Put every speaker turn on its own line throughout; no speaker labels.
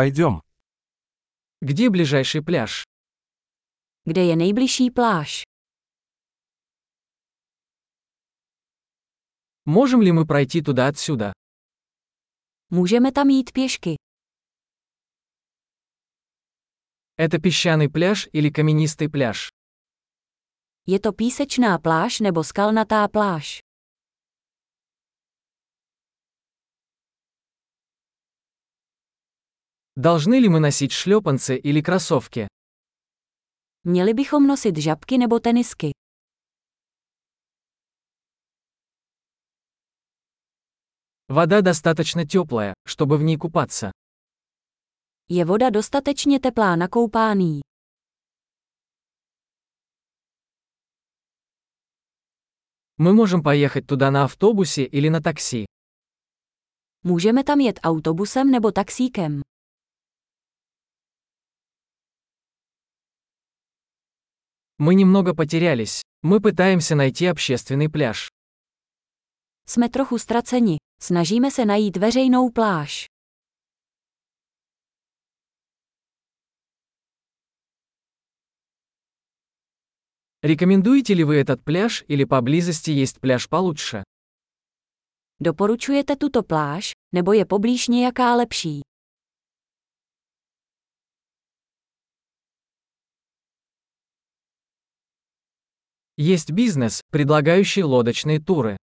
Пойдем.
Где ближайший пляж?
Kde je nejbližší pláž?
Можем ли мы пройти туда отсюда?
Můžeme tam jít pěšky.
Это песчаный пляж или каменистый пляж?
Je to písečná pláž nebo skalnatá pláž?
Должны ли мы носить шлепанцы или кроссовки?
Měli bychom nosit žabky nebo tenisky.
Вода достаточно теплая, чтобы в ней купаться.
Je voda dostatečně teplá na koupání.
Мы можем поехать туда на автобусе или на такси.
Můžeme tam jet autobusem nebo taxíkem.
Мы немного потерялись. Мы пытаемся найти общественный пляж.
Jsme trochu ztraceni. Snažíme se najít veřejnou pláž.
Рекомендуете ли вы этот пляж или поблизости есть пляж получше?
Doporučujete tuto pláž, nebo je poblíž nějaká lepší?
Есть бизнес, предлагающий лодочные туры.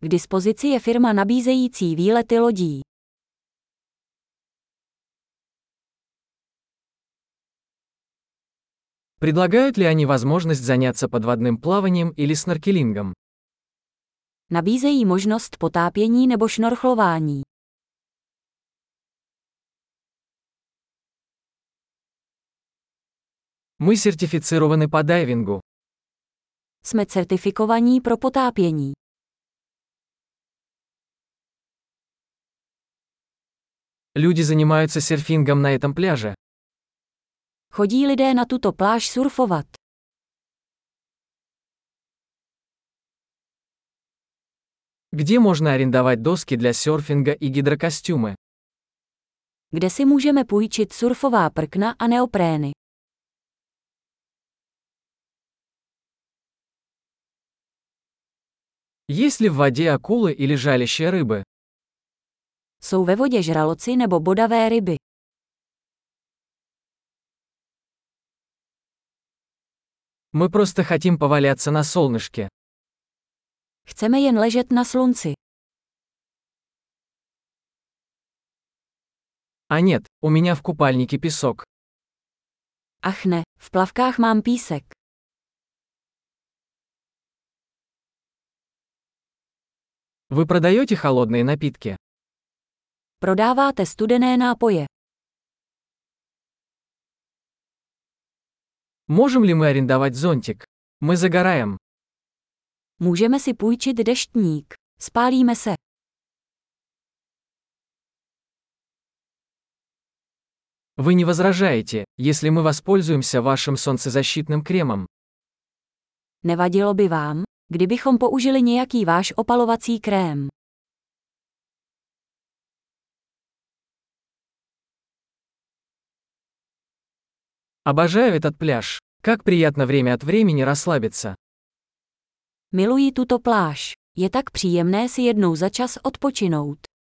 K dispozici je firma nabízející výlety lodí.
Предлагают ли они возможность заняться подводным плаванием или снаркелингом?
Nabízejí možnost potápění nebo šnorchlování.
Мы сертифицированы по дайвингу.
Jsme certifikovaní pro potápění.
Люди занимаются серфингом на этом пляже.
Chodí lidé na tuto pláž surfovat.
Где можно арендовать доски для серфинга и гидрокостюмы?
Kde si můžeme půjčit surfová prkna a neoprény?
Есть ли в воде акулы или жалящие рыбы?
Jsou ve vodě žraloci nebo bodavé ryby.
Мы просто хотим поваляться на солнышке.
Chceme jen ležet na slunci.
А нет, у меня в купальнике песок.
Ach ne, v plavkách mám písek.
Вы продаете холодные напитки?
Prodáváte studené nápoje.
Можем ли мы арендовать зонтик? Мы загораем.
Můžeme si půjčit deštník. Spálíme se.
Вы не возражаете, если мы воспользуемся вашим солнцезащитным кремом.
Nevadilo by vám, kdybychom použili nějaký váš opalovací krém.
Обожаю этот пляж. Как приятно время от времени расслабиться.
Miluji tuto pláž. Je tak příjemné si jednou za čas odpočinout.